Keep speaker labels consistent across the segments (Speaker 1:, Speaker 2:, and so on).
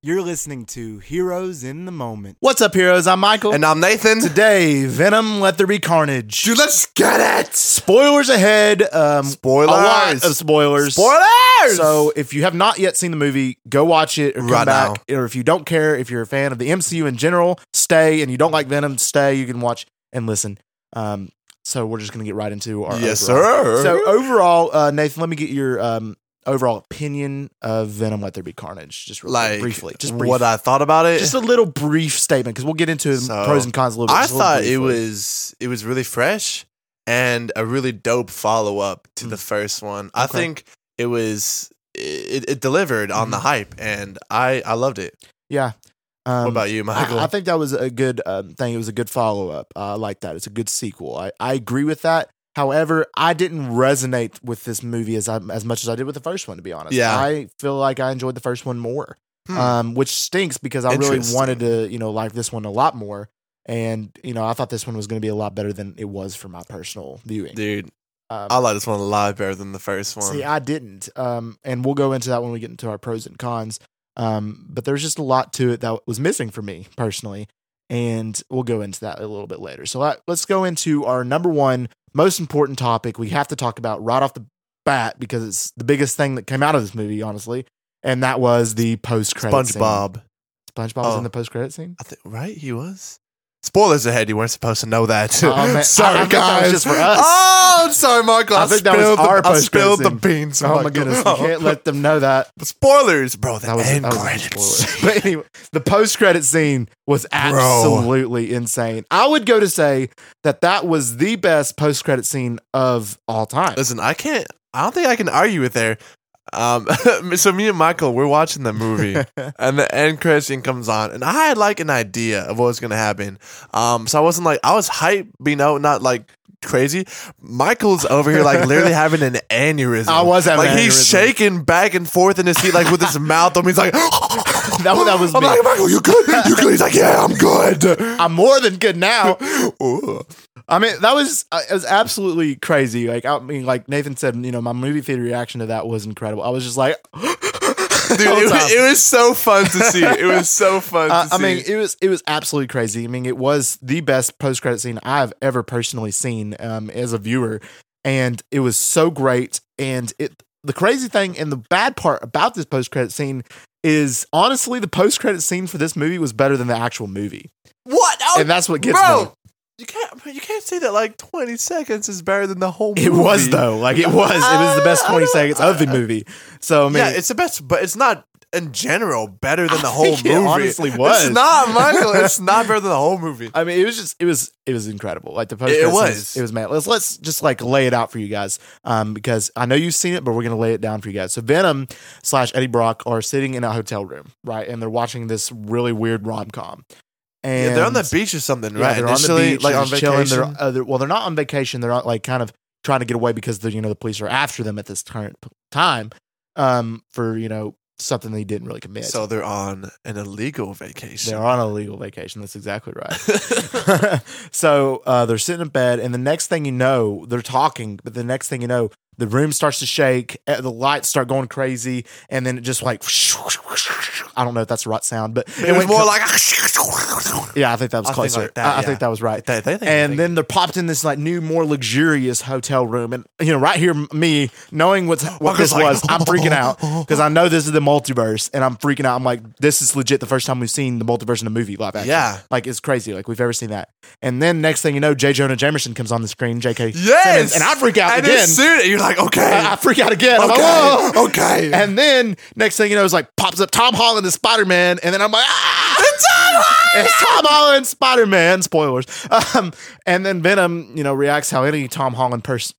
Speaker 1: You're listening to Heroes in the Moment.
Speaker 2: What's up, heroes? I'm Michael.
Speaker 3: And I'm Nathan.
Speaker 2: today, Venom, Let There Be Carnage.
Speaker 3: Dude, let's get it.
Speaker 2: Spoilers ahead. Um,
Speaker 3: Spoilers.
Speaker 2: A lot of spoilers.
Speaker 3: Spoilers.
Speaker 2: So if you have not yet seen the movie, go watch it or come
Speaker 3: Right now.
Speaker 2: back. Or if you don't care, if you're a fan of the MCU in general, stay. And you don't like Venom, stay. You can watch and listen. Um, so we're just going to get right into our
Speaker 3: yes,
Speaker 2: overall.
Speaker 3: sir.
Speaker 2: So overall, uh, Nathan, let me get your um, overall opinion of Venom, Let There Be Carnage, just really,
Speaker 3: like
Speaker 2: briefly. Just briefly.
Speaker 3: what I thought about it.
Speaker 2: just a little brief statement because we'll get into
Speaker 3: So,
Speaker 2: pros and cons a little bit.
Speaker 3: I
Speaker 2: just a little
Speaker 3: thought it
Speaker 2: briefly.
Speaker 3: was it was really fresh and a really dope follow up to the first one. I
Speaker 2: Mm. Okay.
Speaker 3: think it was it, it delivered on the
Speaker 2: Mhm.
Speaker 3: hype, and I I loved it.
Speaker 2: yeah. Um,
Speaker 3: what about you, Michael?
Speaker 2: I, I think that was a good um, thing. It was a good follow up. I like that. It's a good sequel. I, I agree with that. However, I didn't resonate with this movie as I, as much as I did with the first one. To be honest,
Speaker 3: Yeah.
Speaker 2: I feel like I enjoyed the first one more,
Speaker 3: Hmm.
Speaker 2: um, which stinks because I really
Speaker 3: Interesting.
Speaker 2: wanted to you know like this one a lot more, and you know I thought this one was going to be a lot better than it was for my personal viewing.
Speaker 3: Dude,
Speaker 2: Um,
Speaker 3: I like this one a lot better than the first one.
Speaker 2: See, I didn't. Um, and we'll go into that when we get into our pros and cons. Um, but there's just a lot to it that was missing for me personally. And we'll go into that a little bit later. So let, let's go into our number one most important topic we have to talk about right off the bat because it's the biggest thing that came out of this movie, honestly. And that was the post credit scene.
Speaker 3: SpongeBob.
Speaker 2: SpongeBob was
Speaker 3: Oh.
Speaker 2: in the post credit scene.
Speaker 3: I think right he was. Spoilers ahead. You weren't supposed to know that.
Speaker 2: Oh, man. I- I
Speaker 3: sorry,
Speaker 2: thought
Speaker 3: guys.
Speaker 2: that was just for us.
Speaker 3: Oh, I'm sorry, Michael.
Speaker 2: I
Speaker 3: I,
Speaker 2: think that
Speaker 3: spilled,
Speaker 2: was
Speaker 3: the,
Speaker 2: our
Speaker 3: I spilled the
Speaker 2: post-credit
Speaker 3: beans.
Speaker 2: Oh my
Speaker 3: Michael.
Speaker 2: goodness, we can't let them know that.
Speaker 3: Spoilers, bro. That,
Speaker 2: That was,
Speaker 3: end
Speaker 2: that was a
Speaker 3: credits.
Speaker 2: spoiler. But anyway, the post credit scene was absolutely insane. I would go to say that that was the best post credit scene of all time.
Speaker 3: Listen, I can't. I don't think I can argue with there. Um, so me and Michael, we're watching the movie, and the end credit scene comes on, and I had like an idea of what was gonna happen. Um, so I wasn't like I was hype, you know, not like crazy. Michael's over here like literally having an aneurysm.
Speaker 2: I was having
Speaker 3: like
Speaker 2: an
Speaker 3: he's
Speaker 2: aneurysm.
Speaker 3: shaking back and forth in his seat, like with his mouth open. He's like, that,
Speaker 2: that was
Speaker 3: I'm
Speaker 2: me.
Speaker 3: like Michael, you good? You good? He's like, yeah, I'm good.
Speaker 2: I'm more than good now.
Speaker 3: Ooh.
Speaker 2: I mean, that was uh, it was absolutely crazy. Like I mean, like Nathan said, you know, my movie theater reaction to that was incredible. I was just like,
Speaker 3: Dude,
Speaker 2: all
Speaker 3: it,
Speaker 2: time.
Speaker 3: was- it was so fun to see. It was so fun.
Speaker 2: Uh,
Speaker 3: to
Speaker 2: I
Speaker 3: see.
Speaker 2: mean, it was it was absolutely crazy. I mean, it was the best post credit scene I've ever personally seen um, as a viewer, and it was so great. And it the crazy thing and the bad part about this post credit scene is honestly the post credit scene for this movie was better than the actual movie,
Speaker 3: What? Oh,
Speaker 2: and that's what gets
Speaker 3: bro,
Speaker 2: me.
Speaker 3: you can't you can't say that like twenty seconds is better than the whole. movie.
Speaker 2: It was though, like it was. It was the best
Speaker 3: I
Speaker 2: twenty
Speaker 3: don't-
Speaker 2: seconds of the movie. So I mean,
Speaker 3: yeah, it's the best, but it's not in general better than the
Speaker 2: I
Speaker 3: whole
Speaker 2: think
Speaker 3: movie.
Speaker 2: it honestly was.
Speaker 3: It's not, Michael. it's not better than the whole movie.
Speaker 2: I mean, it was just it was it was incredible. Like the post,
Speaker 3: It
Speaker 2: it was
Speaker 3: was.
Speaker 2: it was mad. Let's let's just like lay it out for you guys, um, because I know you've seen it, but we're gonna lay it down for you guys. So Venom slash Eddie Brock are sitting in a hotel room, right, and they're watching this really weird rom com. And
Speaker 3: Yeah, they're on the beach or something,
Speaker 2: yeah,
Speaker 3: right?
Speaker 2: they're on the
Speaker 3: Initially,
Speaker 2: beach,
Speaker 3: like
Speaker 2: they're
Speaker 3: on
Speaker 2: just chilling. They're,
Speaker 3: vacation.
Speaker 2: uh, they're- well, they're not on vacation. They're not like kind of trying to get away because the you know the police are after them at this current p- time, um, for you know something they didn't really commit.
Speaker 3: so they're on an illegal
Speaker 2: They're
Speaker 3: vacation.
Speaker 2: on a legal vacation. That's exactly right. so uh, they're sitting in bed, and the next thing you know, they're talking. But the next thing you know, the room starts to shake, eh, the lights start going crazy, and then it just like I don't know if that's the right sound, but
Speaker 3: It was
Speaker 2: went
Speaker 3: more
Speaker 2: co-
Speaker 3: like
Speaker 2: yeah, I think that was
Speaker 3: I think
Speaker 2: closer.
Speaker 3: like that,
Speaker 2: I, I
Speaker 3: yeah.
Speaker 2: think that was right.
Speaker 3: They- they think-
Speaker 2: and
Speaker 3: they-
Speaker 2: then they're popped in this like new, more luxurious hotel room, and you know, right here, m- me knowing what's what
Speaker 3: Walker's
Speaker 2: this
Speaker 3: like,
Speaker 2: was, I'm freaking out because I know this is the multiverse, and I'm freaking out. I'm like, this is legit the first time we've seen the multiverse in a movie live action.
Speaker 3: Yeah.
Speaker 2: like it's crazy. Like we've ever seen that. And then next thing you know, J. Jonah Jameson comes on the screen, J.K. Simmons,
Speaker 3: yes,
Speaker 2: and I freak out
Speaker 3: and
Speaker 2: again.
Speaker 3: as soon- you're like, okay,
Speaker 2: I I freak out again. I'm like,
Speaker 3: okay,
Speaker 2: whoa.
Speaker 3: okay.
Speaker 2: oh." And then next thing you know, it's like pops up Tom Holland as Spider Man, and then I'm like, ah!
Speaker 3: It's on fire!
Speaker 2: It's Tom Holland, Spider Man. Spoilers. Um, and then Venom, you know, reacts how any Tom Holland person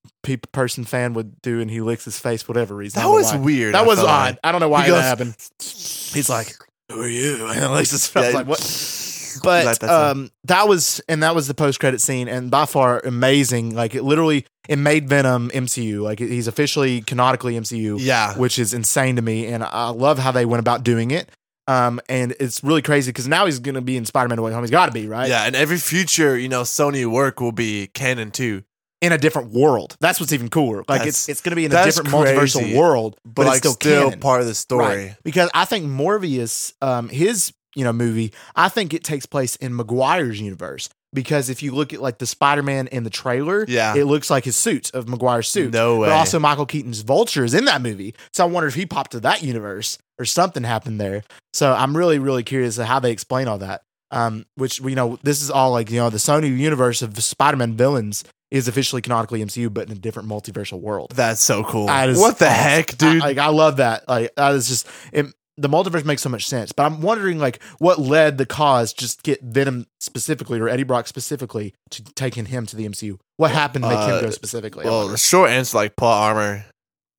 Speaker 2: person fan would do, and he licks his face, for whatever reason. I
Speaker 3: That
Speaker 2: don't know
Speaker 3: was
Speaker 2: why.
Speaker 3: weird.
Speaker 2: That
Speaker 3: I
Speaker 2: was
Speaker 3: felt
Speaker 2: odd. I don't know why
Speaker 3: He goes-
Speaker 2: that happened. He's like, "Who are you?" And licks his face.
Speaker 3: Yeah.
Speaker 2: Like what?
Speaker 3: He's
Speaker 2: But
Speaker 3: like, "That's a-
Speaker 2: um, that was and that was the post credit scene, and by far amazing. Like it literally, it made Venom MCU. Like he's officially canonically MCU
Speaker 3: yeah,
Speaker 2: which is insane to me. And I love how they went about doing it. Um, and it's really crazy because now he's going to be in Spider Man Away Home. He's got to be, right?
Speaker 3: yeah, and every future you know Sony work will be canon too.
Speaker 2: in a different world. That's what's even cooler. Like
Speaker 3: That's-
Speaker 2: it's it's going to be in a
Speaker 3: that's
Speaker 2: different
Speaker 3: crazy.
Speaker 2: multiversal world, but,
Speaker 3: but
Speaker 2: it's
Speaker 3: like
Speaker 2: still,
Speaker 3: still,
Speaker 2: canon.
Speaker 3: part of the story.
Speaker 2: Right. Because I think Morbius, um, his you know movie, I think it takes place in McGuire's universe because if you look at like the Spider Man in the trailer,
Speaker 3: Yeah.
Speaker 2: it looks like his suit of McGuire's suit.
Speaker 3: No way.
Speaker 2: But also Michael Keaton's Vulture is in that movie, so I wonder if he popped to that universe or something happened there. So I'm really really curious to how they explain all that. Um, which we know this is all like you know the Sony universe of Spider Man villains is officially canonically MCU, but in a different multiversal world.
Speaker 3: that's so cool.
Speaker 2: That is
Speaker 3: what the
Speaker 2: awesome.
Speaker 3: heck,
Speaker 2: I-
Speaker 3: dude?
Speaker 2: like I love that. Like that is just it, the multiverse makes so much sense. But I'm wondering like what led the cause just get Venom specifically or Eddie Brock specifically to taking him to the MCU. What happened to make
Speaker 3: Uh,
Speaker 2: him go specifically? I
Speaker 3: well,
Speaker 2: wonder.
Speaker 3: the short answer, like plot armor.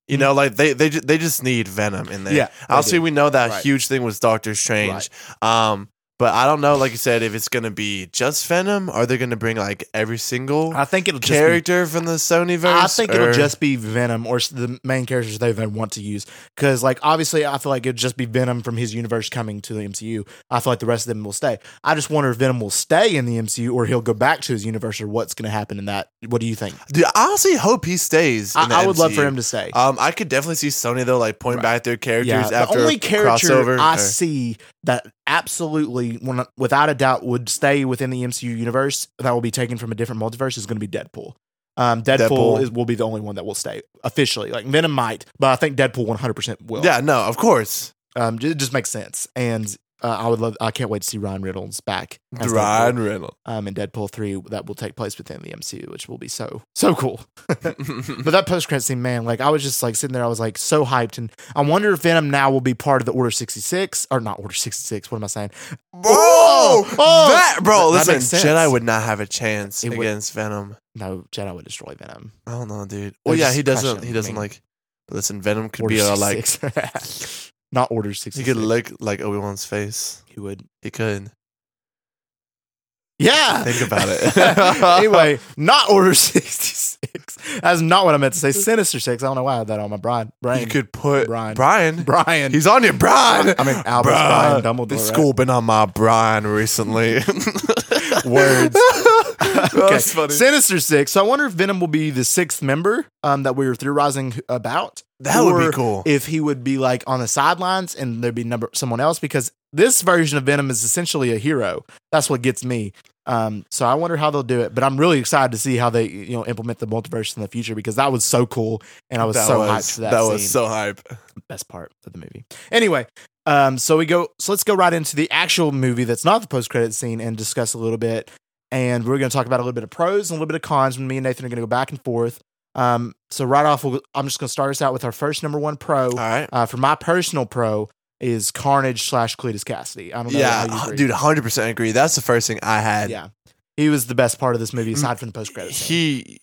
Speaker 3: You know, like they they ju- they just need Venom in there.
Speaker 2: Mm. Yeah, they
Speaker 3: obviously
Speaker 2: do.
Speaker 3: we know that
Speaker 2: Right.
Speaker 3: huge thing was Doctor Strange. Um, but I don't know, like you said, if it's gonna be just Venom, are they gonna bring like every single
Speaker 2: I think it'll just be-
Speaker 3: character from the Sony verse?
Speaker 2: I think it'll
Speaker 3: or-
Speaker 2: just be Venom or s- the main characters they they want to use. Because like obviously, I feel like it'd just be Venom from his universe coming to the MCU. I feel like the rest of them will stay. I just wonder if Venom will stay in the MCU or he'll go back to his universe or what's going to happen in that. What do you think?
Speaker 3: Dude, I honestly hope he stays. in the
Speaker 2: I, I would love for
Speaker 3: MCU.
Speaker 2: him to stay.
Speaker 3: Um, I could definitely see Sony though, like point
Speaker 2: Right.
Speaker 3: back their characters after
Speaker 2: the only character
Speaker 3: crossover.
Speaker 2: I
Speaker 3: or-
Speaker 2: see that absolutely, when, without a doubt, would stay within the MCU universe that will be taken from a different multiverse is going to be Deadpool. Um, Deadpool,
Speaker 3: Deadpool.
Speaker 2: Is, will be the only one that will stay officially. Like Venom might, but I think Deadpool 100% will.
Speaker 3: yeah, no, of course.
Speaker 2: um, ju- it just makes sense. And uh, I would love. I can't wait to see Ryan Reynolds back. as
Speaker 3: Ryan
Speaker 2: Deadpool,
Speaker 3: Reynolds.
Speaker 2: um, in Deadpool three that will take place within the MCU, which will be so so cool. But that post credit scene, man, like I was just like sitting there, I was like so hyped, and I wonder if Venom now will be part of the Order sixty six or not Order sixty six. What am I saying?
Speaker 3: Bro,
Speaker 2: Oh, oh,
Speaker 3: that bro,
Speaker 2: that
Speaker 3: listen,
Speaker 2: makes sense.
Speaker 3: Jedi would not have a chance
Speaker 2: It would-
Speaker 3: against Venom.
Speaker 2: No, Jedi would destroy Venom.
Speaker 3: I don't know, dude. Well,
Speaker 2: They
Speaker 3: yeah,
Speaker 2: just
Speaker 3: he
Speaker 2: crush
Speaker 3: doesn't.
Speaker 2: him.
Speaker 3: He
Speaker 2: I
Speaker 3: doesn't
Speaker 2: mean,
Speaker 3: like. But listen, Venom could
Speaker 2: Order
Speaker 3: be a, like
Speaker 2: 66. not Order sixty
Speaker 3: he
Speaker 2: six.
Speaker 3: could lick like Obi Wan's face.
Speaker 2: He would.
Speaker 3: He could.
Speaker 2: Yeah.
Speaker 3: Think about it.
Speaker 2: anyway, not Order 66. That's not what I meant to say. Sinister 6. I don't know why I had that on my Brian. Brian.
Speaker 3: You could put
Speaker 2: Brian.
Speaker 3: Brian. Brian.
Speaker 2: Brian.
Speaker 3: He's on your Brian.
Speaker 2: I mean, Albus Brian Dumbledore,
Speaker 3: This
Speaker 2: right?
Speaker 3: school been on my Brian recently.
Speaker 2: Words.
Speaker 3: That's funny.
Speaker 2: Sinister Six. So I wonder if Venom will be the sixth member um, that we were theorizing about.
Speaker 3: That would
Speaker 2: or
Speaker 3: be cool.
Speaker 2: If he would be like on the sidelines and there'd be number someone else because this version of Venom is essentially a hero. That's what gets me. Um, so I wonder how they'll do it, but I'm really excited to see how they you know implement the multiverse in the future because that was so cool and I was
Speaker 3: that
Speaker 2: so
Speaker 3: was,
Speaker 2: hyped for that.
Speaker 3: That
Speaker 2: scene.
Speaker 3: was so hype.
Speaker 2: best part of the movie. Anyway, um, so we go. So let's go right into the actual movie that's not the post credit scene and discuss a little bit. And we're going to talk about a little bit of pros and a little bit of cons. When me and Nathan are going to go back and forth. Um, so right off, we'll, I'm just going to start us out with our first number one pro.
Speaker 3: All right.
Speaker 2: Uh, for my personal pro is Carnage slash Cletus Cassidy. I don't know. how you
Speaker 3: Yeah, uh,
Speaker 2: agree.
Speaker 3: dude, hundred percent agree. That's the first thing I had.
Speaker 2: Yeah, he was the best part of this movie aside from the post credit scene.
Speaker 3: he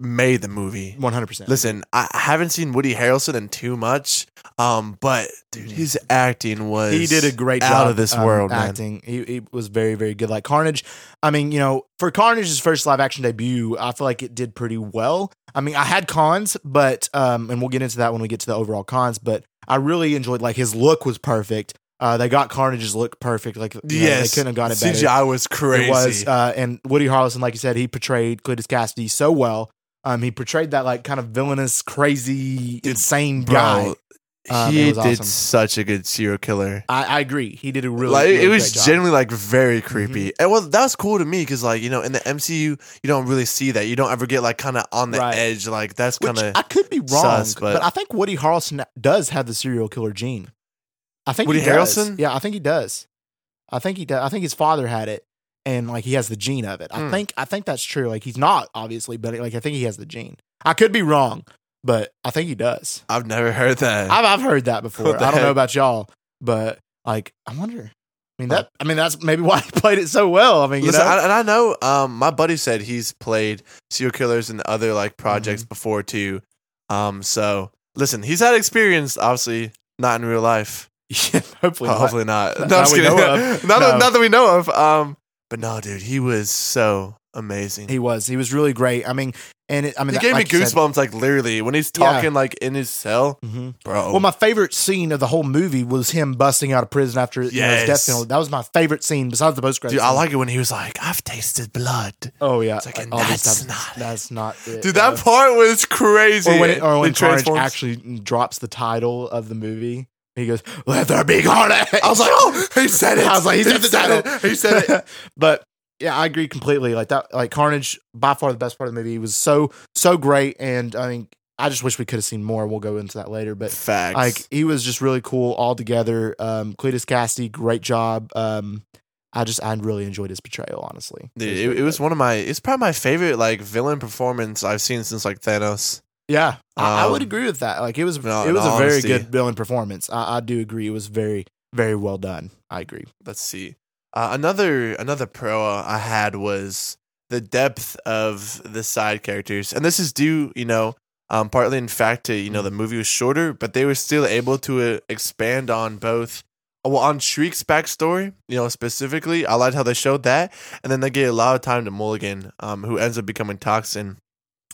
Speaker 3: made the movie.
Speaker 2: 100. percent
Speaker 3: Listen, I I haven't seen Woody Harrelson in too much, um, but dude,
Speaker 2: Mhm.
Speaker 3: his acting was
Speaker 2: he did a great
Speaker 3: out
Speaker 2: job um,
Speaker 3: of this world, man.
Speaker 2: acting. He, he was very very good. Like Carnage, I mean, you know, for Carnage's first live action debut, I feel like it did pretty well. I mean, I had cons, but um, and we'll get into that when we get to the overall cons. But I really enjoyed like his look was perfect. Uh, they got Carnage's look perfect. Like you know,
Speaker 3: Yes,
Speaker 2: they couldn't have got it better.
Speaker 3: CGI was crazy.
Speaker 2: It was, uh, and Woody Harrelson, like you said, he portrayed Cletus Cassidy so well. Um, he portrayed that like kind of villainous, crazy, insane guy.
Speaker 3: bro.
Speaker 2: Um,
Speaker 3: he
Speaker 2: it was
Speaker 3: did
Speaker 2: awesome.
Speaker 3: such a good serial killer.
Speaker 2: I, I agree. He did a really,
Speaker 3: like
Speaker 2: really
Speaker 3: it was
Speaker 2: great job. Mm-hmm.
Speaker 3: genuinely like very creepy, and well, that was cool to me because like you know in the MCU you don't really see that. You don't ever get like kind of on the
Speaker 2: Right.
Speaker 3: edge. Like that's
Speaker 2: Which
Speaker 3: kind of
Speaker 2: I could be wrong,
Speaker 3: sus,
Speaker 2: but,
Speaker 3: but-
Speaker 2: I think Woody Harrelson does have the serial killer gene. I think
Speaker 3: Woody
Speaker 2: he does.
Speaker 3: Harrelson?
Speaker 2: Yeah, I think he does. I think he does. I think his father had it, and like he has the gene of it. I
Speaker 3: Hmm.
Speaker 2: think I think that's true. Like he's not obviously, but like I think he has the gene. I could be wrong, but I think he does.
Speaker 3: I've never heard that.
Speaker 2: I've I've heard that before.
Speaker 3: What the
Speaker 2: I don't know
Speaker 3: heck?
Speaker 2: about y'all, but like I wonder. I mean that. I mean that's maybe why he played it so well. I mean, you
Speaker 3: Listen,
Speaker 2: know,
Speaker 3: I, and I know um, my buddy said he's played serial killers and other
Speaker 2: Mm-hmm.
Speaker 3: like projects before too. Um, so listen, he's had experience, obviously not in real life.
Speaker 2: hopefully, not.
Speaker 3: Oh, Hopefully
Speaker 2: Not
Speaker 3: not. No, I'm
Speaker 2: that
Speaker 3: just
Speaker 2: we know
Speaker 3: kidding.
Speaker 2: of.
Speaker 3: not, that-
Speaker 2: No.
Speaker 3: not that we know of. Um, but no, dude, he was so amazing.
Speaker 2: He was. He was really great. I mean, and it, I mean,
Speaker 3: he
Speaker 2: that-
Speaker 3: gave
Speaker 2: like
Speaker 3: me
Speaker 2: you said-
Speaker 3: goosebumps, like literally, when he's
Speaker 2: Yeah.
Speaker 3: talking like in his cell,
Speaker 2: Mhm.
Speaker 3: bro.
Speaker 2: Well, my favorite scene of the whole movie was him busting out of prison after you know, his
Speaker 3: Yes.
Speaker 2: death penalty. That was my favorite scene besides the post credits.
Speaker 3: dude, I like it when he was like, "I've tasted blood."
Speaker 2: Oh yeah,
Speaker 3: It's like, and
Speaker 2: all these
Speaker 3: that's
Speaker 2: types-
Speaker 3: not it.
Speaker 2: That's not it.
Speaker 3: Dude,
Speaker 2: yeah.
Speaker 3: that part was crazy.
Speaker 2: or when, it, or
Speaker 3: It
Speaker 2: when Carnage
Speaker 3: transforms.
Speaker 2: actually drops the title of the movie, he goes, "Let there be Carnage."
Speaker 3: I was like, "Oh, he said it."
Speaker 2: I was like, "He's in the
Speaker 3: said
Speaker 2: title."
Speaker 3: it. He said it.
Speaker 2: but yeah, I agree completely. Like that, like Carnage, by far the best part of the movie. He was so so great, and I mean, I just wish we could have seen more. We'll go into that later, but
Speaker 3: Facts.
Speaker 2: like he was just really cool all together. Um, Cletus Cassidy, great job. Um, I just I really enjoyed his portrayal. Honestly,
Speaker 3: Dude,
Speaker 2: was
Speaker 3: it,
Speaker 2: really
Speaker 3: it was
Speaker 2: good.
Speaker 3: one of my. It's probably my favorite like villain performance I've seen since like Thanos.
Speaker 2: yeah. I, I would
Speaker 3: Um,
Speaker 2: agree with that. Like it was
Speaker 3: no,
Speaker 2: it
Speaker 3: in
Speaker 2: was a
Speaker 3: all
Speaker 2: very
Speaker 3: honesty.
Speaker 2: good villain performance. I, I do agree. It was very very well done. I agree.
Speaker 3: Let's see. Uh, another another pro I had was the depth of the side characters, and this is due, you know, um, partly in fact to you know the
Speaker 2: Mm.
Speaker 3: movie was shorter, but they were still able to uh, expand on both. uh, Well, on Shriek's backstory, you know specifically, I liked how they showed that, and then they gave a lot of time to Mulligan, um, who ends up becoming Toxin.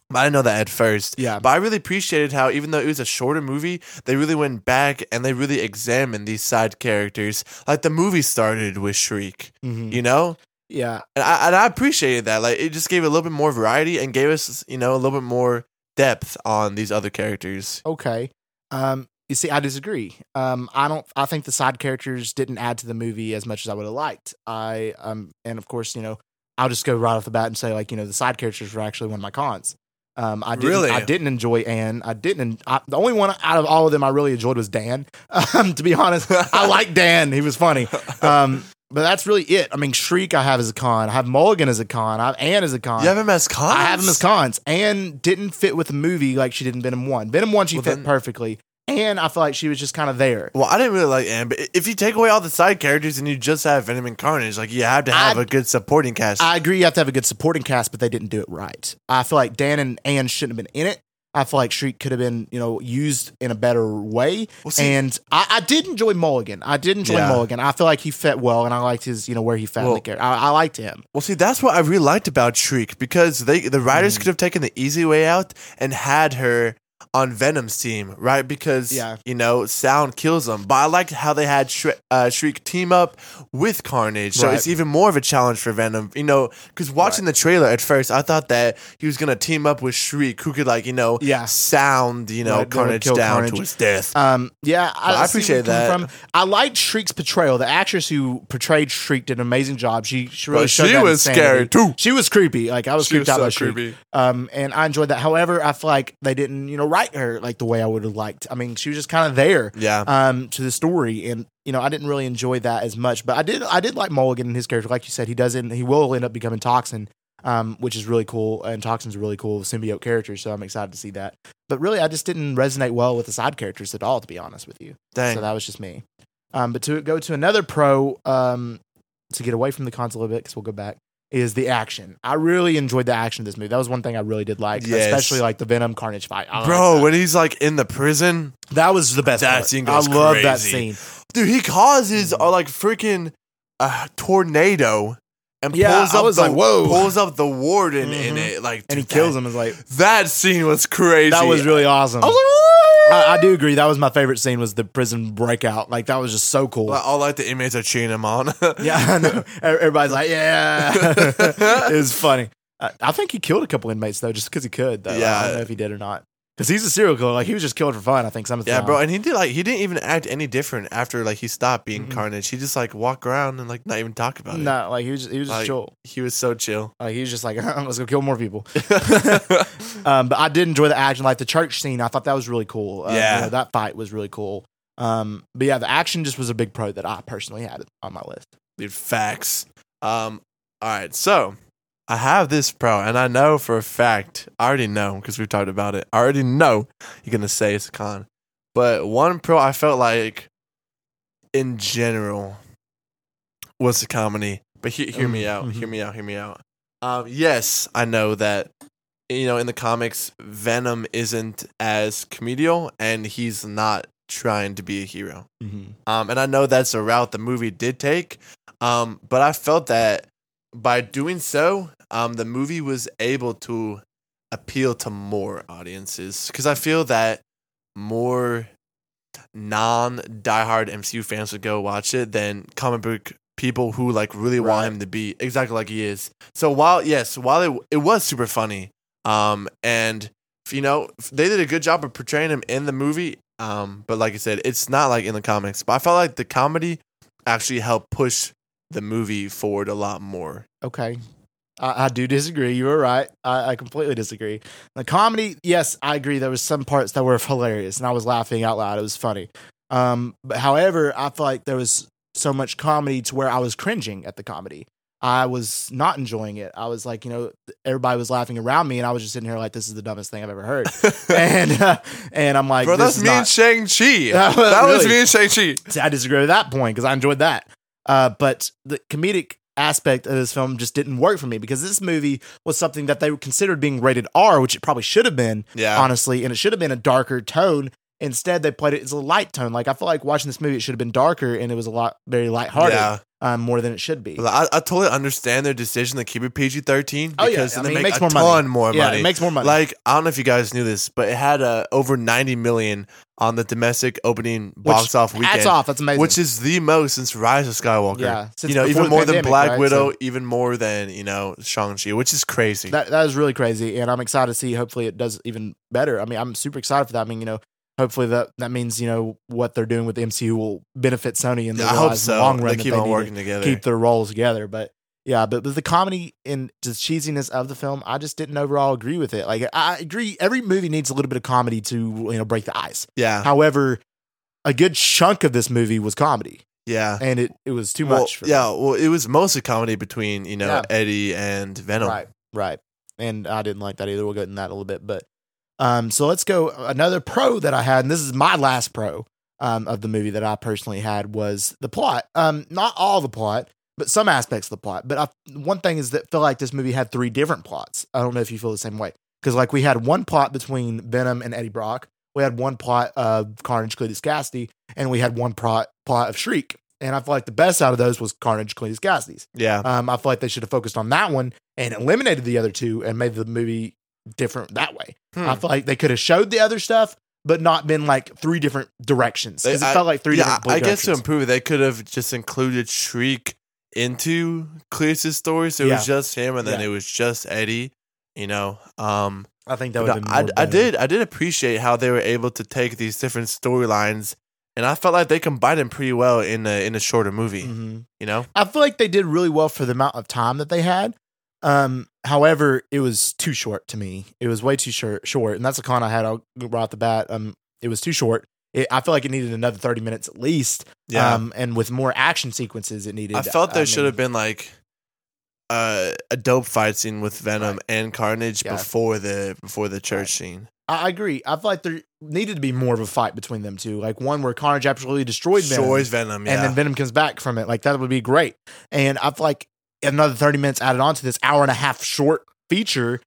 Speaker 3: But I didn't know that at first.
Speaker 2: Yeah.
Speaker 3: But I really appreciated how, even though it was a shorter movie, they really went back and they really examined these side characters. Like the movie started with Shriek,
Speaker 2: Mhm.
Speaker 3: you know,
Speaker 2: Yeah.
Speaker 3: and I, and I appreciated that. Like it just gave a little bit more variety and gave us, you know, a little bit more depth on these other characters.
Speaker 2: Okay. Um. You see, I disagree. Um. I don't. I think the side characters didn't add to the movie as much as I would have liked. I um. And of course, you know, I'll just go right off the bat and say like you know the side characters were actually one of my cons. Um, I didn't,
Speaker 3: Really?
Speaker 2: I didn't enjoy Anne. I didn't. I, the only one out of all of them I really enjoyed was Dan. Um, to be honest, I like Dan. He was funny. um, but that's really it. I mean, Shriek I have as a con. I have Mulligan as a con. I have Anne as a con.
Speaker 3: you have him as Khan.
Speaker 2: I have them as cons. Anne didn't fit with the movie like she did in Venom One. Venom One she
Speaker 3: Well,
Speaker 2: fit
Speaker 3: then-
Speaker 2: perfectly. Anne I feel like she was just kind of there.
Speaker 3: Well, I didn't really like Anne, but i- if you take away all the side characters and you just have Venom and Carnage, like you have to have
Speaker 2: I-
Speaker 3: a good supporting cast.
Speaker 2: I agree you have to have a good supporting cast, but they didn't do it right. I feel like Dan and Anne shouldn't have been in it. I feel like Shriek could have been, you know, used in a better way.
Speaker 3: Well, see-
Speaker 2: and I, I did enjoy Mulligan. I did enjoy
Speaker 3: Yeah.
Speaker 2: Mulligan. I feel like he fit well, and I liked his, you know, where he fit in
Speaker 3: Well-
Speaker 2: the character. I, I liked him.
Speaker 3: Well, see, that's what I really liked about Shriek because they the
Speaker 2: Mm.
Speaker 3: writers could have taken the easy way out and had her on Venom's team, right? Because
Speaker 2: Yeah.
Speaker 3: you know, sound kills them. But I liked how they had Shri- uh, Shriek team up with Carnage, so
Speaker 2: Right.
Speaker 3: it's even more of a challenge for Venom. You know, because watching the trailer at first, I thought that he was gonna team up with Shriek, who could like you know,
Speaker 2: Yeah.
Speaker 3: sound you know
Speaker 2: Right, they would
Speaker 3: Carnage
Speaker 2: kill
Speaker 3: down
Speaker 2: Carnage.
Speaker 3: to his death.
Speaker 2: Um, yeah, I,
Speaker 3: Well,
Speaker 2: see
Speaker 3: I
Speaker 2: where
Speaker 3: appreciate
Speaker 2: you're coming
Speaker 3: that.
Speaker 2: I liked Shriek's portrayal. The actress who portrayed Shriek did an amazing job. She she really
Speaker 3: But
Speaker 2: showed
Speaker 3: she
Speaker 2: that
Speaker 3: was
Speaker 2: insanity.
Speaker 3: scary, too.
Speaker 2: She was creepy. Like I was
Speaker 3: She
Speaker 2: creeped
Speaker 3: was
Speaker 2: out
Speaker 3: so
Speaker 2: by Shriek.
Speaker 3: creepy.
Speaker 2: Um, and I enjoyed that. However, I feel like they didn't you know write her like the way I would have liked. I mean, she was just kind of there.
Speaker 3: yeah,
Speaker 2: Um, to the story, and you know, I didn't really enjoy that as much, but I did. I did like Mulligan and his character. Like you said, he doesn't. He will end up becoming Toxin, um, which is really cool. And Toxin's a really cool symbiote character, so I'm excited to see that. But really, I just didn't resonate well with the side characters at all, to be honest with you.
Speaker 3: dang.
Speaker 2: So that was just me. Um, but to go to another pro, um, to get away from the cons a little bit, because we'll go back, is the action. I really enjoyed the action of this movie. That was one thing I really did like,
Speaker 3: Yes.
Speaker 2: especially like the Venom Carnage fight. I liked
Speaker 3: Bro,
Speaker 2: that.
Speaker 3: when he's like in the prison,
Speaker 2: that was the best.
Speaker 3: That
Speaker 2: part.
Speaker 3: scene
Speaker 2: I
Speaker 3: goes
Speaker 2: love that
Speaker 3: crazy.
Speaker 2: scene.
Speaker 3: dude, he causes
Speaker 2: Mm.
Speaker 3: a like freaking uh, tornado and
Speaker 2: Yeah,
Speaker 3: pulls
Speaker 2: I
Speaker 3: up
Speaker 2: was
Speaker 3: the,
Speaker 2: like, whoa.
Speaker 3: pulls up the warden in
Speaker 2: Mhm.
Speaker 3: it, like,
Speaker 2: and he
Speaker 3: dude,
Speaker 2: kills
Speaker 3: that,
Speaker 2: him. Is like
Speaker 3: That scene was crazy.
Speaker 2: that was really awesome.
Speaker 3: I
Speaker 2: I,
Speaker 3: was like, what?
Speaker 2: I do agree. That was my favorite scene. Was the prison breakout? Like that was just so cool.
Speaker 3: Like, all like the inmates are cheering him on.
Speaker 2: yeah, I know. E, Everybody's like, yeah. it was funny. I, I think he killed a couple inmates though, just because he could. Though. I
Speaker 3: Yeah.
Speaker 2: don't know if he did or not. Because he's a serial killer. Like he was just killed for fun. I think some of the
Speaker 3: Yeah,
Speaker 2: time.
Speaker 3: bro, and he did like he didn't even act any different after like he stopped being
Speaker 2: Mhm.
Speaker 3: Carnage. He just like walked around and like not even talk about it.
Speaker 2: No, like he was. He was just
Speaker 3: Like-
Speaker 2: chill.
Speaker 3: He was so chill.
Speaker 2: Like he was just like, let's go kill more people.
Speaker 3: yeah,
Speaker 2: Um, but I did enjoy the action, like the church scene. I thought that was really cool. Uh,
Speaker 3: Yeah.
Speaker 2: you know, that fight was really cool. Um, but yeah, the action just was a big pro that I personally had on my list.
Speaker 3: dude, facts. Um, all right, so I have this pro, and I know for a fact, I already know because we've talked about it. I already know you're gonna say it's a con, but one pro I felt like in general was a comedy. But he- hear me
Speaker 2: Mm,
Speaker 3: out, hear
Speaker 2: mhm.
Speaker 3: me out, hear me out. Um, yes, I know that you know in the comics Venom isn't as comedial, and he's not trying to be a hero. Um, and I know that's a route the movie did take. Um, but I felt that by doing so, um, the movie was able to appeal to more audiences because I feel that more non diehard MCU fans would go watch it than comic book people who like really want
Speaker 2: Right.
Speaker 3: him to be exactly like he is. So while yes, while it it was super funny, um, and you know they did a good job of portraying him in the movie, um, but like I said, it's not like in the comics. But I felt like the comedy actually helped push the movie forward a lot more.
Speaker 2: Okay. I, I do disagree. You were right. I, I completely disagree. The comedy, yes, I agree. There was some parts that were hilarious, and I was laughing out loud. It was funny. Um, but however, I felt like there was so much comedy to where I was cringing at the comedy. I was not enjoying it. I was like, you know, everybody was laughing around me, and I was just sitting here like, this is the dumbest thing I've ever heard. and uh, and I'm like,
Speaker 3: Bro,
Speaker 2: this
Speaker 3: that's
Speaker 2: is
Speaker 3: me
Speaker 2: not-
Speaker 3: and Shang Chi.
Speaker 2: That
Speaker 3: That,
Speaker 2: was-
Speaker 3: was
Speaker 2: really.
Speaker 3: me and Shang Chi.
Speaker 2: See, I disagree with that point because I enjoyed that. Uh, but the comedic aspect of this film just didn't work for me because this movie was something that they considered being rated R, which it probably should have been,
Speaker 3: Yeah,
Speaker 2: honestly, and it should have been a darker tone. Instead, they played it as a light tone. Like I feel like watching this movie, it should have been darker, and it was a lot very lighthearted,
Speaker 3: yeah.
Speaker 2: um, more than it should be.
Speaker 3: But I, I totally understand their decision to keep it PG thirteen
Speaker 2: Oh, yeah.
Speaker 3: because
Speaker 2: I mean,
Speaker 3: then
Speaker 2: it
Speaker 3: they make
Speaker 2: makes
Speaker 3: a
Speaker 2: more money.
Speaker 3: ton more
Speaker 2: yeah,
Speaker 3: money.
Speaker 2: it makes more money.
Speaker 3: Like I don't know if you guys knew this, but it had uh, over ninety million on the domestic opening
Speaker 2: Which-
Speaker 3: box off weekend,
Speaker 2: Hats off, that's amazing.
Speaker 3: which is the most since Rise of Skywalker.
Speaker 2: yeah, since
Speaker 3: you know,
Speaker 2: before
Speaker 3: even
Speaker 2: the
Speaker 3: more than
Speaker 2: pandemic,
Speaker 3: Black
Speaker 2: right?
Speaker 3: Widow,
Speaker 2: So
Speaker 3: even more than you know Shang Chi, which is crazy.
Speaker 2: that that is really crazy, and I'm excited to see. Hopefully, it does even better. I mean, I'm super excited for that. I mean, you know, hopefully that that means you know what they're doing with the MCU will benefit Sony in the,
Speaker 3: I hope
Speaker 2: realize in
Speaker 3: so.
Speaker 2: the long run.
Speaker 3: they
Speaker 2: that
Speaker 3: keep
Speaker 2: they
Speaker 3: on
Speaker 2: need to
Speaker 3: working together.
Speaker 2: keep their roles together. But yeah, but, but the comedy and just cheesiness of the film, I just didn't overall agree with it. Like I agree, every movie needs a little bit of comedy to you know break the ice.
Speaker 3: yeah,
Speaker 2: However, a good chunk of this movie was comedy,
Speaker 3: yeah.
Speaker 2: and it it was too
Speaker 3: Well,
Speaker 2: much. For me.
Speaker 3: yeah, well, it was mostly comedy between you know
Speaker 2: Yeah.
Speaker 3: Eddie and Venom.
Speaker 2: Right, right. And I didn't like that either. We'll get into that in a little bit, but um, so let's go. Another pro that I had, and this is my last pro um, of the movie that I personally had was the plot. Um, not all the plot, but some aspects of the plot. But I, one thing is that felt like this movie had three different plots. I don't know if you feel the same way because like we had one plot between Venom and Eddie Brock, we had one plot of Carnage, Cletus Cassidy, and we had one plot plot of Shriek. And I feel like the best out of those was Carnage, Cletus Cassidy's.
Speaker 3: Yeah,
Speaker 2: Um, I feel like they should have focused on that one and eliminated the other two and made the movie different that way.
Speaker 3: Hmm.
Speaker 2: I feel like they could have showed the other stuff, but not been like three different directions because it
Speaker 3: I-
Speaker 2: felt like three
Speaker 3: yeah.
Speaker 2: different.
Speaker 3: I, I guess to
Speaker 2: directions.
Speaker 3: improve it, they could have just included Shriek into Cletus' story, so it was just him, and then
Speaker 2: Yeah.
Speaker 3: it was just Eddie. You know, um,
Speaker 2: I think that
Speaker 3: but
Speaker 2: would. have been
Speaker 3: I,
Speaker 2: more
Speaker 3: I
Speaker 2: better.
Speaker 3: did, I did appreciate how they were able to take these different storylines, and I felt like they combined them pretty well in a in a shorter movie.
Speaker 2: Mhm.
Speaker 3: You know,
Speaker 2: I feel like they did really well for the amount of time that they had. Um, however, it was too short to me. It was way too short, short, and that's a con I had out- right off the bat. Um, it was too short. It, I feel like it needed another thirty minutes at least. Um, and with more action sequences, it needed.
Speaker 3: I felt there
Speaker 2: mean-
Speaker 3: should have been like uh, a dope fight scene with Venom and Carnage
Speaker 2: Yeah.
Speaker 3: before the before the church scene.
Speaker 2: I I agree. I feel like there needed to be more of a fight between them two, like one where Carnage absolutely destroyed Venom,
Speaker 3: Destroys Venom, yeah.
Speaker 2: and then Venom comes back from it. Like that would be great. And I feel like another thirty minutes added on to this hour and a half short feature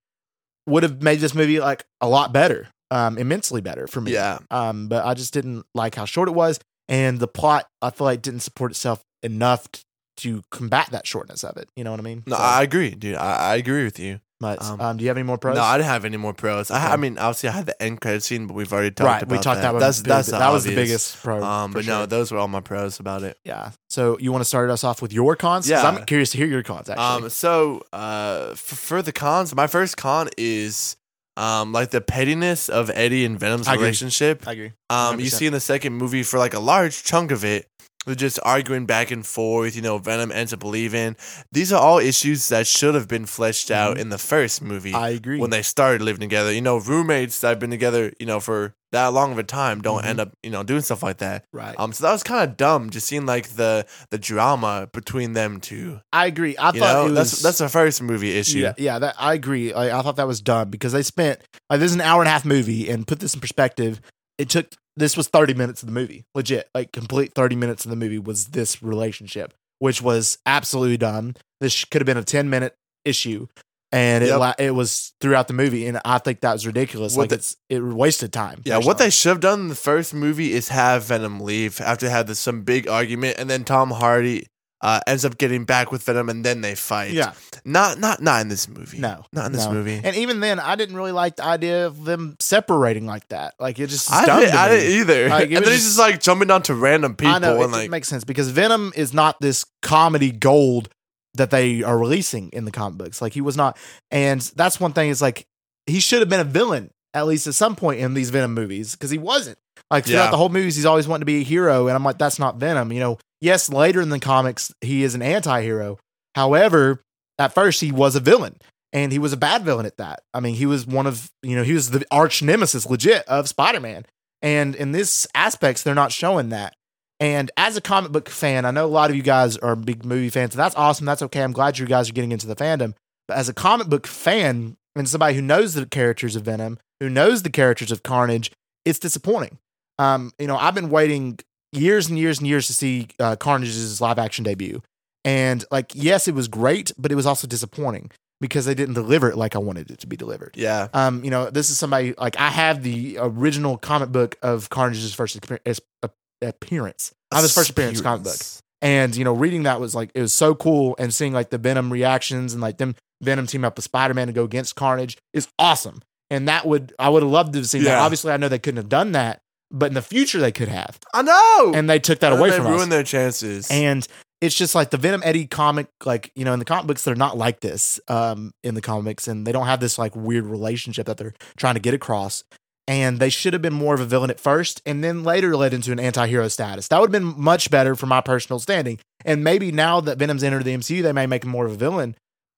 Speaker 2: would have made this movie like a lot better, um, immensely better for me.
Speaker 3: yeah,
Speaker 2: Um, but I just didn't like how short it was, and the plot I feel like didn't support itself enough t- to combat that shortness of it. You know what I mean?
Speaker 3: no,
Speaker 2: So,
Speaker 3: I agree, dude. I, I agree with you.
Speaker 2: but, um,
Speaker 3: um,
Speaker 2: do you have any more pros?
Speaker 3: No, I didn't have any more pros. I, I
Speaker 2: Okay.
Speaker 3: mean, obviously, I had the end credit scene, but we've already talked
Speaker 2: right,
Speaker 3: about
Speaker 2: we talked that. one.
Speaker 3: That's
Speaker 2: big-
Speaker 3: that's
Speaker 2: that was the
Speaker 3: obvious.
Speaker 2: biggest pro.
Speaker 3: Um,
Speaker 2: for
Speaker 3: but
Speaker 2: sure.
Speaker 3: no, those were all my pros about it.
Speaker 2: Yeah. So you want to start us off with your cons? 'Cause
Speaker 3: Yeah.
Speaker 2: I'm curious to hear your cons actually.
Speaker 3: Um, so uh, f- for the cons, my first con is um, like the pettiness of Eddie and Venom's
Speaker 2: I agree.
Speaker 3: relationship.
Speaker 2: I agree.
Speaker 3: Um, you
Speaker 2: 100%.
Speaker 3: see in the second movie for like a large chunk of it, they're just arguing back and forth. You know, Venom ends up leaving. These are all issues that should have been fleshed out
Speaker 2: Mhm.
Speaker 3: in the first movie
Speaker 2: I agree.
Speaker 3: when they started living together. You know, roommates that have been together, you know, for that long of a time don't
Speaker 2: Mhm.
Speaker 3: end up, you know, doing stuff like that.
Speaker 2: right.
Speaker 3: Um, so that was kind of dumb, just seeing like the the drama between them two.
Speaker 2: I agree. I
Speaker 3: You
Speaker 2: thought
Speaker 3: know,
Speaker 2: it was
Speaker 3: that's that's a first movie issue.
Speaker 2: yeah, yeah, that I agree. I, I thought that was dumb because they spent like this is an hour and a half movie and put this in perspective, it took this was 30 minutes of the movie. Legit. Like complete 30 minutes of the movie was this relationship, which was absolutely dumb. This could have been a 10 minute issue. And it,
Speaker 3: Yep.
Speaker 2: la- it was throughout the movie, and I think that was ridiculous.
Speaker 3: What
Speaker 2: like
Speaker 3: the-
Speaker 2: it's it wasted time.
Speaker 3: Yeah, what
Speaker 2: personally.
Speaker 3: they should have done in the first movie is have Venom leave after they had this, some big argument, and then Tom Hardy uh, ends up getting back with Venom, and then they fight.
Speaker 2: Yeah.
Speaker 3: not not not in this movie.
Speaker 2: No,
Speaker 3: not in this
Speaker 2: no.
Speaker 3: movie.
Speaker 2: And even then, I didn't really like the idea of them separating like that. Like it just
Speaker 3: I
Speaker 2: dumb
Speaker 3: didn't,
Speaker 2: to
Speaker 3: I
Speaker 2: me.
Speaker 3: didn't either.
Speaker 2: Like, it
Speaker 3: and
Speaker 2: was
Speaker 3: then he's just like jumping onto random people
Speaker 2: I know it,
Speaker 3: and
Speaker 2: it
Speaker 3: like
Speaker 2: makes sense because Venom is not this comedy gold that they are releasing in the comic books. Like he was not, and that's one thing. Is like he should have been a villain at least at some point in these Venom movies because he wasn't. Like throughout
Speaker 3: Yeah.
Speaker 2: the whole movies, he's always wanting to be a hero, and I'm like, that's not Venom. You know, yes, later in the comics, he is an anti-hero. However, at first, he was a villain. And he was a bad villain at that. I mean, he was one of, you know, he was the arch nemesis, legit, of Spider Man. And in this aspects, they're not showing that. And as a comic book fan, I know a lot of you guys are big movie fans, and that's awesome. That's okay. I'm glad you guys are getting into the fandom. But as a comic book fan and somebody who knows the characters of Venom, who knows the characters of Carnage, it's disappointing. Um, you know, I've been waiting years and years and years to see uh, Carnage's live action debut. And like, yes, it was great, but it was also disappointing because they didn't deliver it like I wanted it to be delivered
Speaker 3: yeah,
Speaker 2: um, you know, this is somebody like I have the original comic book of Carnage's first exper- es- a- appearance. I have his first appearance comic book, and you know, reading that was like it was so cool, and seeing like the Venom reactions and like them Venom team up with Spider Man to go against Carnage is awesome. And that would I would have loved to have seen that.
Speaker 3: Yeah.
Speaker 2: Obviously, I know they couldn't have done that, but in the future they could have,
Speaker 3: I know.
Speaker 2: and they took that
Speaker 3: And
Speaker 2: away
Speaker 3: they
Speaker 2: from us.
Speaker 3: ruined their chances.
Speaker 2: And it's just like the Venom Eddie comic, like, you know, in the comic books, they're not like this um, in the comics, and they don't have this like weird relationship that they're trying to get across. And they should have been more of a villain at first, and then later led into an anti hero status. That would have been much better for my personal standing. And maybe now that Venom's entered the MCU, they may make him more of a villain,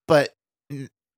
Speaker 2: but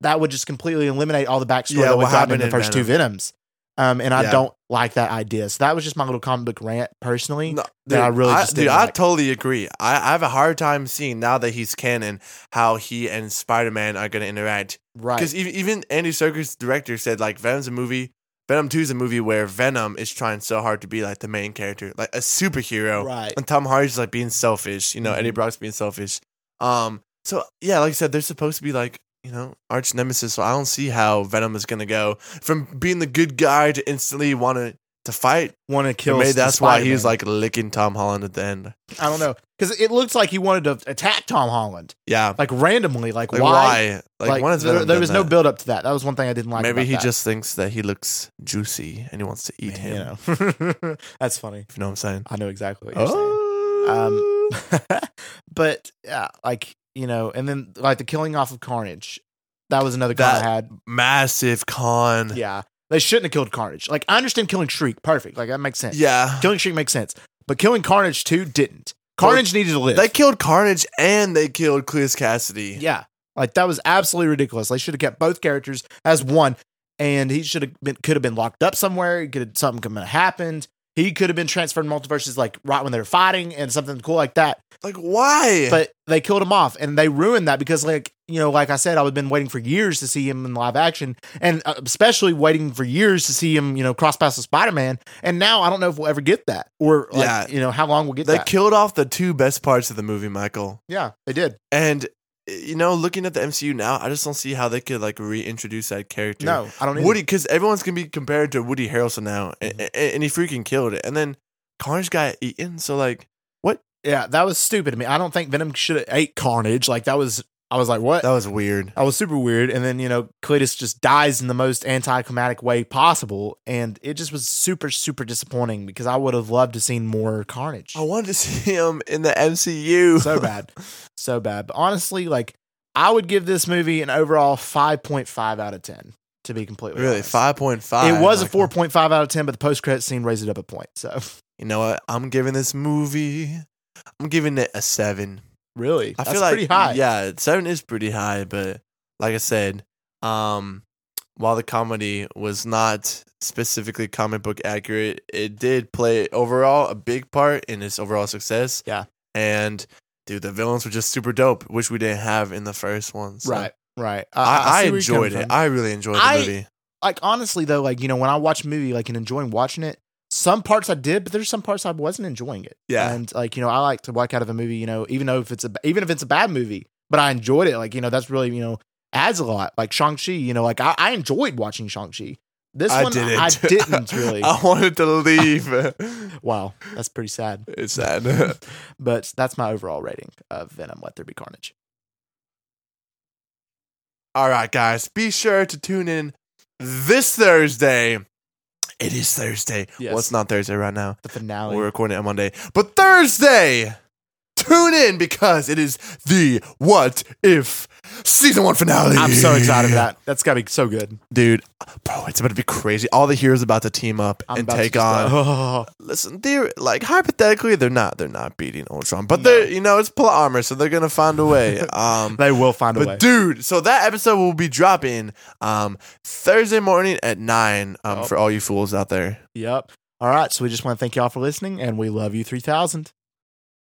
Speaker 2: that would just completely eliminate all the backstory
Speaker 3: Yeah,
Speaker 2: that
Speaker 3: what
Speaker 2: we got in
Speaker 3: happened
Speaker 2: the
Speaker 3: in
Speaker 2: first two Venoms. Um, and I
Speaker 3: Yeah.
Speaker 2: don't like that idea. So that was just my little comic book rant personally.
Speaker 3: No,
Speaker 2: that I really just
Speaker 3: dude,
Speaker 2: didn't
Speaker 3: I
Speaker 2: like.
Speaker 3: totally agree. I, I have a hard time seeing now that he's canon how he and Spider Man are going to interact.
Speaker 2: Right.
Speaker 3: Because even, even Andy Serkis, director, said like Venom's a movie. Venom Two is a movie where Venom is trying so hard to be like the main character, like a superhero.
Speaker 2: Right. Mm-hmm.
Speaker 3: And Tom Hardy's like being selfish. You know, Eddie Brock's being selfish. Um. So yeah, like I said, they're supposed to be like you know arch nemesis. So I don't see how Venom is gonna go from being the good guy to instantly want to to fight.
Speaker 2: want to
Speaker 3: Or
Speaker 2: kill.
Speaker 3: Maybe
Speaker 2: the
Speaker 3: that's why he was
Speaker 2: Spider-Man.
Speaker 3: like licking Tom Holland at the end.
Speaker 2: I don't know, because it looks like he wanted to attack Tom Holland
Speaker 3: Yeah.
Speaker 2: like randomly, like,
Speaker 3: Like
Speaker 2: why?
Speaker 3: why? Like,
Speaker 2: Like,
Speaker 3: when has
Speaker 2: there,
Speaker 3: Venom
Speaker 2: there
Speaker 3: done
Speaker 2: was no
Speaker 3: that?
Speaker 2: build up to that. That was one thing I didn't like.
Speaker 3: Maybe
Speaker 2: about
Speaker 3: he
Speaker 2: that.
Speaker 3: just thinks that he looks juicy and he wants to eat him.
Speaker 2: You know, that's funny.
Speaker 3: If you know what I'm saying.
Speaker 2: I know exactly what you're saying.
Speaker 3: Um,
Speaker 2: but yeah, like you know, and then like the killing off of Carnage, that was another
Speaker 3: That-
Speaker 2: con I had.
Speaker 3: massive con. Yeah.
Speaker 2: Yeah, they shouldn't have killed Carnage. Like I understand killing Shriek, perfect. Like that makes sense. killing Shriek makes sense, but killing Carnage too didn't.
Speaker 3: Well,
Speaker 2: Carnage needed to live.
Speaker 3: They killed Carnage and they killed Cleus Cassidy.
Speaker 2: Yeah. Like that was absolutely ridiculous. They should have kept both characters as one. And he should have been could have been locked up somewhere. He Could have, something could have happened. He could have been transferred to multiverses like right when they were fighting and something cool like that.
Speaker 3: Like, why?
Speaker 2: But they killed him off and they ruined that because like you know, like I said, I would have been waiting for years to see him in live action, and uh, especially waiting for years to see him, you know, cross paths with Spider Man. And now I don't know if we'll ever get that, or like,
Speaker 3: Yeah.
Speaker 2: you know, how long we'll get
Speaker 3: they
Speaker 2: that.
Speaker 3: killed off the two best parts of the movie, Michael.
Speaker 2: yeah, they did.
Speaker 3: And, eh, you know, looking at the MCU now, I just don't see how they could, like, reintroduce that character.
Speaker 2: No, I don't. either.
Speaker 3: Woody, because everyone's gonna be compared to Woody Harrelson now, a-
Speaker 2: Mhm.
Speaker 3: a- and, he freaking killed it. And then Carnage got eaten, so like
Speaker 2: Yeah, that was stupid. I mean, I don't think Venom should have ate Carnage. Like that was, I was like, what?
Speaker 3: that was weird.
Speaker 2: I was super weird. And then you know, Cletus just dies in the most anticlimactic way possible, and it just was super, super disappointing because I would have loved to seen more Carnage.
Speaker 3: I wanted to see him in the MCU.
Speaker 2: so bad, so bad. But honestly, like I would give this movie an overall five point five out of ten. To be completely
Speaker 3: really,
Speaker 2: honest.
Speaker 3: five point five.
Speaker 2: It was a four point five out of ten, but the post credit scene raised it up a point. So
Speaker 3: You know what? I'm giving this movie. I'm giving it a seven.
Speaker 2: really,
Speaker 3: I
Speaker 2: that's
Speaker 3: feel like
Speaker 2: pretty high.
Speaker 3: Yeah, seven is pretty high, but like I said, um, while the comedy was not specifically comic book accurate, it did play overall a big part in its overall success.
Speaker 2: Yeah.
Speaker 3: and dude, the villains were just super dope, which we didn't have in the first one. so-
Speaker 2: right, right.
Speaker 3: I, I,
Speaker 2: see where you're
Speaker 3: enjoyed
Speaker 2: coming
Speaker 3: it.
Speaker 2: from.
Speaker 3: I really enjoyed the
Speaker 2: I-
Speaker 3: movie.
Speaker 2: like honestly though, like you know, when I watch a movie, like and enjoying watching it, some parts I did, but there's some parts I wasn't enjoying it.
Speaker 3: Yeah.
Speaker 2: and like you know, I like to walk out of a movie, you know, even though if it's a even if it's a bad movie, but I enjoyed it. Like you know, that's really you know adds a lot. Like Shang Chi, you know, like I, I enjoyed watching Shang Chi, This
Speaker 3: I
Speaker 2: one
Speaker 3: didn't.
Speaker 2: I didn't really.
Speaker 3: I wanted to leave.
Speaker 2: Wow, that's pretty sad.
Speaker 3: it's sad.
Speaker 2: But that's my overall rating of Venom: Let There Be Carnage.
Speaker 3: All right, guys, be sure to tune in this Thursday. It is Thursday.
Speaker 2: Yes.
Speaker 3: Well, it's not Thursday right now.
Speaker 2: The finale.
Speaker 3: We're recording it on Monday. But Thursday, tune in because it is the What If season one finale.
Speaker 2: I'm so excited for that. That's gotta be so good.
Speaker 3: Dude, bro, it's about to be crazy. All the heroes about to team up
Speaker 2: I'm
Speaker 3: and
Speaker 2: about to
Speaker 3: take
Speaker 2: just-
Speaker 3: on.
Speaker 2: Oh,
Speaker 3: Listen, they're like hypothetically, they're not. They're not beating Ultron,
Speaker 2: No.
Speaker 3: but they're you know it's plot armor, so they're gonna find a way. Um,
Speaker 2: they will find a
Speaker 3: but
Speaker 2: way.
Speaker 3: dude, so that episode will be dropping um Thursday morning at nine um
Speaker 2: Oh.
Speaker 3: for all you fools out there.
Speaker 2: yep. All right. So we just want to thank y'all for listening, and we love you three thousand.